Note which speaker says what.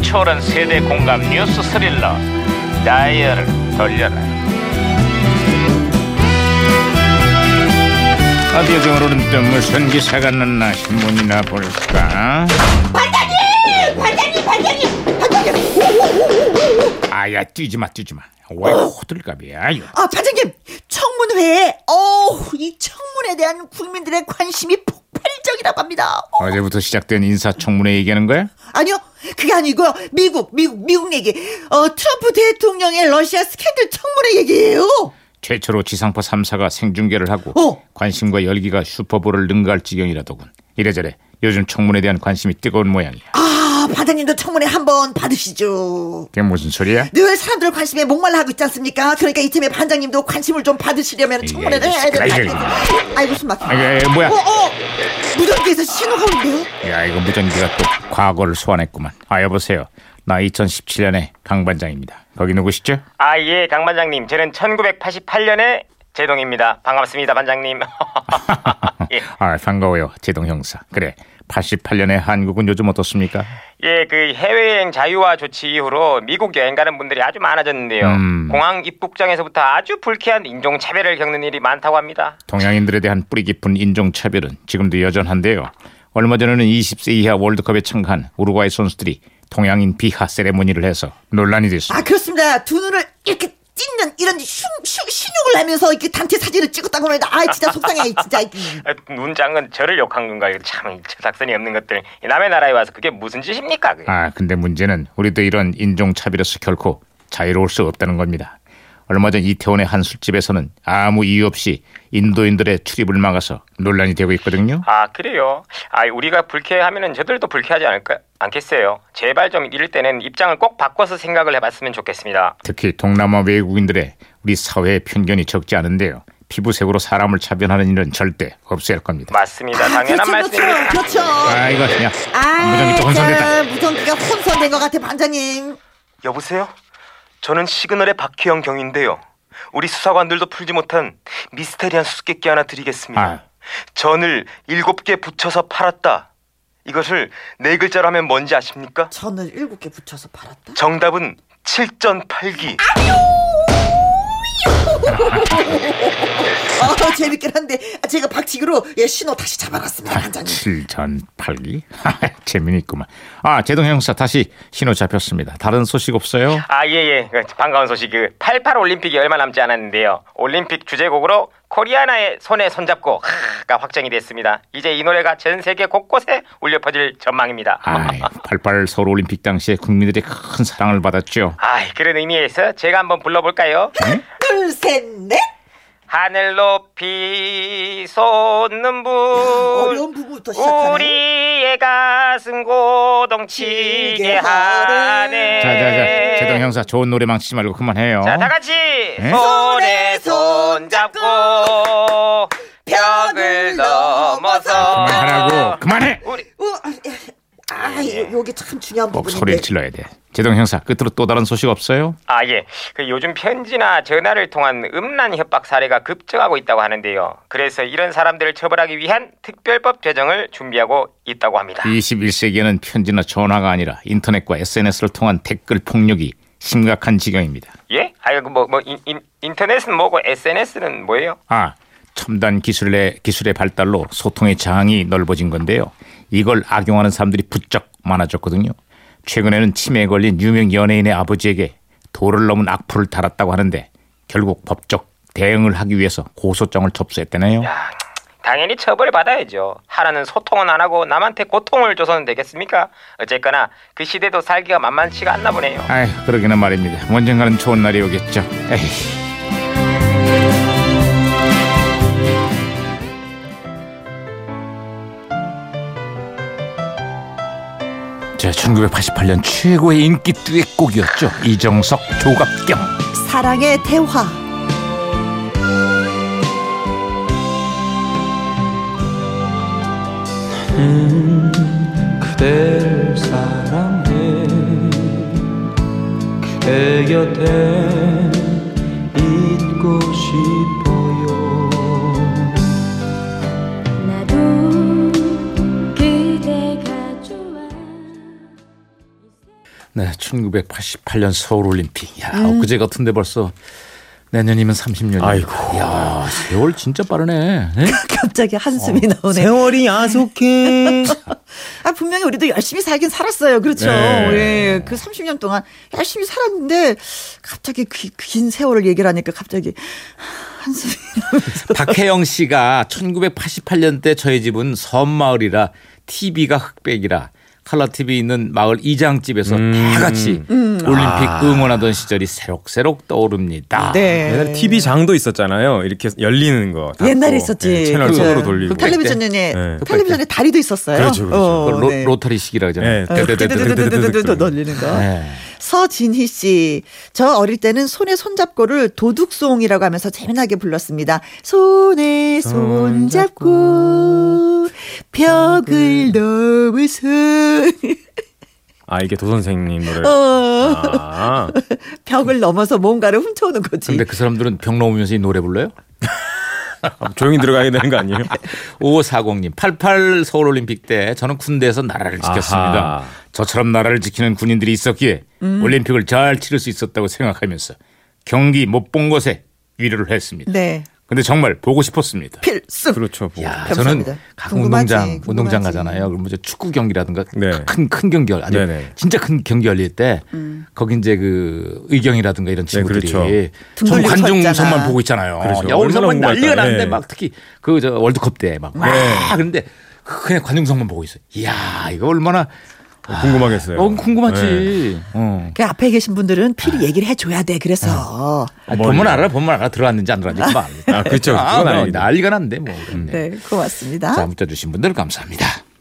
Speaker 1: 초월한 세대 공감 뉴스 스릴러 다이얼을 돌려라 어디 오늘은 또 무슨 기사가 났나 신문이나 볼까
Speaker 2: 반장님! 반장님! 반장님! 반장님!
Speaker 1: 아야 뛰지마 뛰지마 왜 호들갑이야 이거.
Speaker 2: 아, 반장님! 청문회에, 어우, 이 청문에 대한 국민들의 관심이 폭발적이라고 합니다. 어,
Speaker 1: 어제부터 시작된 인사청문회 얘기하는 거야?
Speaker 2: 아니요, 그게 아니고요. 미국, 미국, 미국 얘기. 어, 트럼프 대통령의 러시아 스캔들 청문회 얘기예요.
Speaker 1: 최초로 지상파 3사가 생중계를 하고
Speaker 2: 어.
Speaker 1: 관심과 열기가 슈퍼볼을 능가할 지경이라더군 이래저래 요즘 청문에 대한 관심이 뜨거운 모양이야
Speaker 2: 아, 반장님도 청문회 한번 받으시죠.
Speaker 1: 그게 무슨 소리야?
Speaker 2: 늘 사람들 관심에 목말라 하고 있지 않습니까? 그러니까 이쯤에 반장님도 관심을 좀 받으시려면
Speaker 1: 이게
Speaker 2: 청문회를 해야 된다.
Speaker 1: 시끄러워,
Speaker 2: 아이고, 숨 막혀.
Speaker 1: 예, 아, 이게 뭐야?
Speaker 2: 어, 어! 무전기에서 신호가 오는데요?
Speaker 1: 야 이거 무전기가 또 과거를 소환했구만 아 여보세요 나 2017년의 강반장입니다 거기 누구시죠?
Speaker 3: 아, 예, 강 반장님. 저는 1988년에 제동입니다. 반갑습니다, 반장님. 예.
Speaker 1: 아 반가워요 제동 형사 그래 88년의 한국은 요즘 어떻습니까?
Speaker 3: 예, 그 해외여행 자유화 조치 이후로 미국 여행 가는 분들이 아주 많아졌는데요.
Speaker 1: 음.
Speaker 3: 공항 입국장에서부터 아주 불쾌한 인종차별을 겪는 일이 많다고 합니다.
Speaker 1: 동양인들에 대한 뿌리 깊은 인종차별은 지금도 여전한데요 얼마 전에는 20세 이하 월드컵에 참가한 우루과이 선수들이 동양인 비하 세레모니를 해서 논란이 됐습니다
Speaker 2: 아 그렇습니다. 두 눈을 이렇게 찢는 이런 흉, 흉, 신욕을 하면서 이렇게 단체 사진을 찍었다고 하는데 아 진짜 속상해 진짜
Speaker 3: 아, 눈장은 저를 욕한 건가요? 참, 저작선이 없는 것들. 남의 나라에 와서 그게 무슨 짓입니까? 그게?
Speaker 1: 아, 근데 문제는 우리도 이런 인종차별에서 결코 자유로울 수 없다는 겁니다. 얼마 전 이태원의 한 술집에서는 아무 이유 없이 인도인들의 출입을 막아서 논란이 되고 있거든요.
Speaker 3: 아 그래요? 아 우리가 불쾌하면은 저들도 불쾌하지 않을까 않겠어요? 제발 좀 이럴 때는 입장을 꼭 바꿔서 생각을 해봤으면 좋겠습니다.
Speaker 1: 특히 동남아 외국인들의 우리 사회의 편견이 적지 않은데요. 피부색으로 사람을 차별하는 일은 절대 없어야 할 겁니다.
Speaker 3: 맞습니다. 당연한
Speaker 2: 그렇죠 그렇죠
Speaker 3: 말씀입니다.
Speaker 2: 그렇죠.
Speaker 1: 아, 이거 그냥 무전기 또 혼선됐다.
Speaker 2: 아, 무전기가 혼선된 것 같아 반장님.
Speaker 3: 여보세요? 저는 시그널의 박희영 경인데요. 우리 수사관들도 풀지 못한 미스테리한 수수께끼 하나 드리겠습니다.
Speaker 1: 아.
Speaker 3: 전을 일곱 개 붙여서 팔았다. 이것을 네 글자로 하면 뭔지 아십니까?
Speaker 2: 전을 일곱 개 붙여서 팔았다.
Speaker 3: 정답은 7전팔기.
Speaker 2: 어 재밌긴 한데 제가 박치기로 예 신호 다시 잡아놨습니다
Speaker 1: 네.
Speaker 2: 반장님.
Speaker 1: 7전 8기? 재미있구만. 아, 제동 형사 다시 신호 잡혔습니다. 다른 소식 없어요?
Speaker 3: 아, 예, 예. 그 반가운 소식. 그, 88 올림픽이 얼마 남지 않았는데요. 올림픽 주제곡으로 코리아나의 손에 손잡고 하가 확정이 됐습니다. 이제 이 노래가 전 세계 곳곳에 울려 퍼질 전망입니다.
Speaker 1: 아이, 88 서울 올림픽 당시에 국민들의 큰 사랑을 받았죠.
Speaker 3: 아이, 그런 의미에서 제가 한번 불러볼까요?
Speaker 2: 둘셋 넷.
Speaker 3: 하늘 높이 솟는 불
Speaker 2: 어려운 부분부터 시작하네.
Speaker 3: 우리의 가슴 고동치게
Speaker 2: 지게 하네.
Speaker 3: 하네
Speaker 1: 자자자 제동 형사 좋은 노래 망치지 말고 그만해요.
Speaker 3: 자, 다 같이
Speaker 1: 예?
Speaker 3: 손에 손 잡고 벽을 넘어서 아.
Speaker 1: 그만하라고 그만해.
Speaker 3: 우리
Speaker 2: 어, 아, 예. 아 요- 요게 참 중요한
Speaker 1: 꼭
Speaker 2: 부분인데.
Speaker 1: 소리를 질러야 돼. 제동 형사 끝으로 또 다른 소식 없어요?
Speaker 3: 아 예. 그 요즘 편지나 전화를 통한 음란 협박 사례가 급증하고 있다고 하는데요. 그래서 이런 사람들을 처벌하기 위한 특별법 제정을 준비하고 있다고
Speaker 1: 예.
Speaker 3: 합니다.
Speaker 1: 21세기에는 편지나 전화가 아니라 인터넷과 SNS를 통한 댓글 폭력이 심각한 지경입니다.
Speaker 3: 예? 아이고 뭐뭐 인터넷은 뭐고 SNS는 뭐예요?
Speaker 1: 아 첨단 기술의 기술의 발달로 소통의 장이 넓어진 건데요. 이걸 악용하는 사람들이 부쩍 많아졌거든요. 최근에는 치매에 걸린 유명 연예인의 아버지에게 도를 넘은 악플을 달았다고 하는데 결국 법적 대응을 하기 위해서 고소장을 접수했다네요.
Speaker 3: 당연히 처벌을 받아야죠. 하라는 소통은 안 하고 남한테 고통을 줘서는 되겠습니까? 어쨌거나 그 시대도 살기가 만만치가 않나 보네요.
Speaker 1: 아이 그러기는 말입니다. 언젠가는 좋은 날이 오겠죠. 에이. 제 1988년 최고의 인기 듀엣곡이었죠. 이정석, 조갑경.
Speaker 2: 사랑의 대화.
Speaker 4: 그댈 사랑해 그대 곁에 있고 싶어요
Speaker 5: 나도 그대가 좋아
Speaker 1: 네, 1988년 서울올림픽. 야, 엊그제 같은데 벌써 내년이면 30년. 아이고. 야, 세월 진짜 빠르네. 네?
Speaker 2: 갑자기 한숨이 나오네요.
Speaker 6: 세월이 야속해.
Speaker 2: 아, 분명히 우리도 열심히 살긴 살았어요. 그렇죠.
Speaker 1: 네.
Speaker 2: 예. 그 30년 동안 열심히 살았는데 갑자기 기- 긴 세월을 얘기를 하니까 갑자기 한숨이 나면서
Speaker 1: 박혜영 씨가 1988년대 저희 집은 섬마을이라 TV가 흑백이라 칼라 TV 있는 마을 이장집에서
Speaker 7: 음.
Speaker 1: 다 같이 올림픽
Speaker 7: 아.
Speaker 1: 응원하던 시절이 새록새록 떠오릅니다.
Speaker 2: 네.
Speaker 7: 옛날에 TV 장도 있었잖아요. 이렇게 열리는 거. 닫고,
Speaker 2: 옛날에 있었지.
Speaker 7: 예, 채널
Speaker 2: 그죠?
Speaker 7: 손으로 돌리고.
Speaker 1: 텔레-
Speaker 2: 텔레비전에
Speaker 7: 네.
Speaker 2: 텔레비전에 다리도 있었어요.
Speaker 7: 그렇죠, 그렇죠.
Speaker 1: 그
Speaker 2: 어,
Speaker 1: 로,
Speaker 2: 네.
Speaker 1: 로터리 식이라 하잖아요.
Speaker 7: 예.
Speaker 2: 어, 뚜두두두두두두두 놀리는 거.
Speaker 1: 네.
Speaker 2: 서진희 씨, 저 어릴 때는 손에 손잡고를 도둑송이라고 하면서 재미나게 불렀습니다. 손에 손잡고 벽을 넘으서
Speaker 7: 아 이게 도 선생님 노래.
Speaker 2: 어,
Speaker 7: 아
Speaker 2: 벽을 넘어서 뭔가를 훔쳐오는 거지.
Speaker 1: 근데 그 사람들은 병 넘으면서 이 노래 불러요?
Speaker 7: 조용히 들어가야 되는 거 아니에요?
Speaker 1: 5540님, 88 서울올림픽 때 저는 군대에서 나라를 지켰습니다.
Speaker 7: 아하.
Speaker 1: 저처럼 나라를 지키는 군인들이 있었기에
Speaker 2: 음.
Speaker 1: 올림픽을 잘 치를 수 있었다고 생각하면서 경기 못 본 것에 위로를 했습니다.
Speaker 2: 네,
Speaker 1: 근데 정말 보고 싶었습니다.
Speaker 2: 필승.
Speaker 7: 그렇죠. 뭐.
Speaker 1: 야,
Speaker 2: 감사합니다.
Speaker 1: 저는 각
Speaker 2: 궁금하지,
Speaker 1: 운동장 운동장
Speaker 2: 궁금하지.
Speaker 1: 가잖아요. 그럼 이제 축구 경기라든가
Speaker 7: 네.
Speaker 1: 큰 큰 경기 아니
Speaker 7: 네네.
Speaker 1: 진짜 큰 경기 열릴 때
Speaker 2: 음.
Speaker 1: 거기 이제 그 의경이라든가 이런 친구들이
Speaker 7: 그렇죠.
Speaker 2: 등
Speaker 1: 전
Speaker 2: 돌리고 서
Speaker 1: 관중석만
Speaker 2: 있잖아.
Speaker 1: 보고 있잖아요.
Speaker 7: 그렇죠.
Speaker 1: 야, 어디서
Speaker 7: 얼마나
Speaker 1: 막 난리가
Speaker 7: 궁금할까요?
Speaker 1: 나는데
Speaker 7: 네.
Speaker 1: 막 특히 그 저 월드컵 때 막 와 그런데 그냥 관중석만 보고 있어. 요 이야 이거 얼마나
Speaker 7: 궁금하겠어요.
Speaker 1: 너무 궁금하지.
Speaker 7: 네.
Speaker 1: 어.
Speaker 2: 그 앞에 계신 분들은 필히 얘기를 해줘야 돼. 그래서
Speaker 1: 아, 보면 알아, 보면 알아. 들어왔는지 안 들어왔는지 그만.
Speaker 7: 아, 그렇죠.
Speaker 1: 아,
Speaker 7: 그건 음.
Speaker 1: 뭐
Speaker 7: 알겠네.
Speaker 1: 난리가 난데 뭐. 그랬네.
Speaker 2: 네, 고맙습니다.
Speaker 1: 자 문자 주신 분들 감사합니다.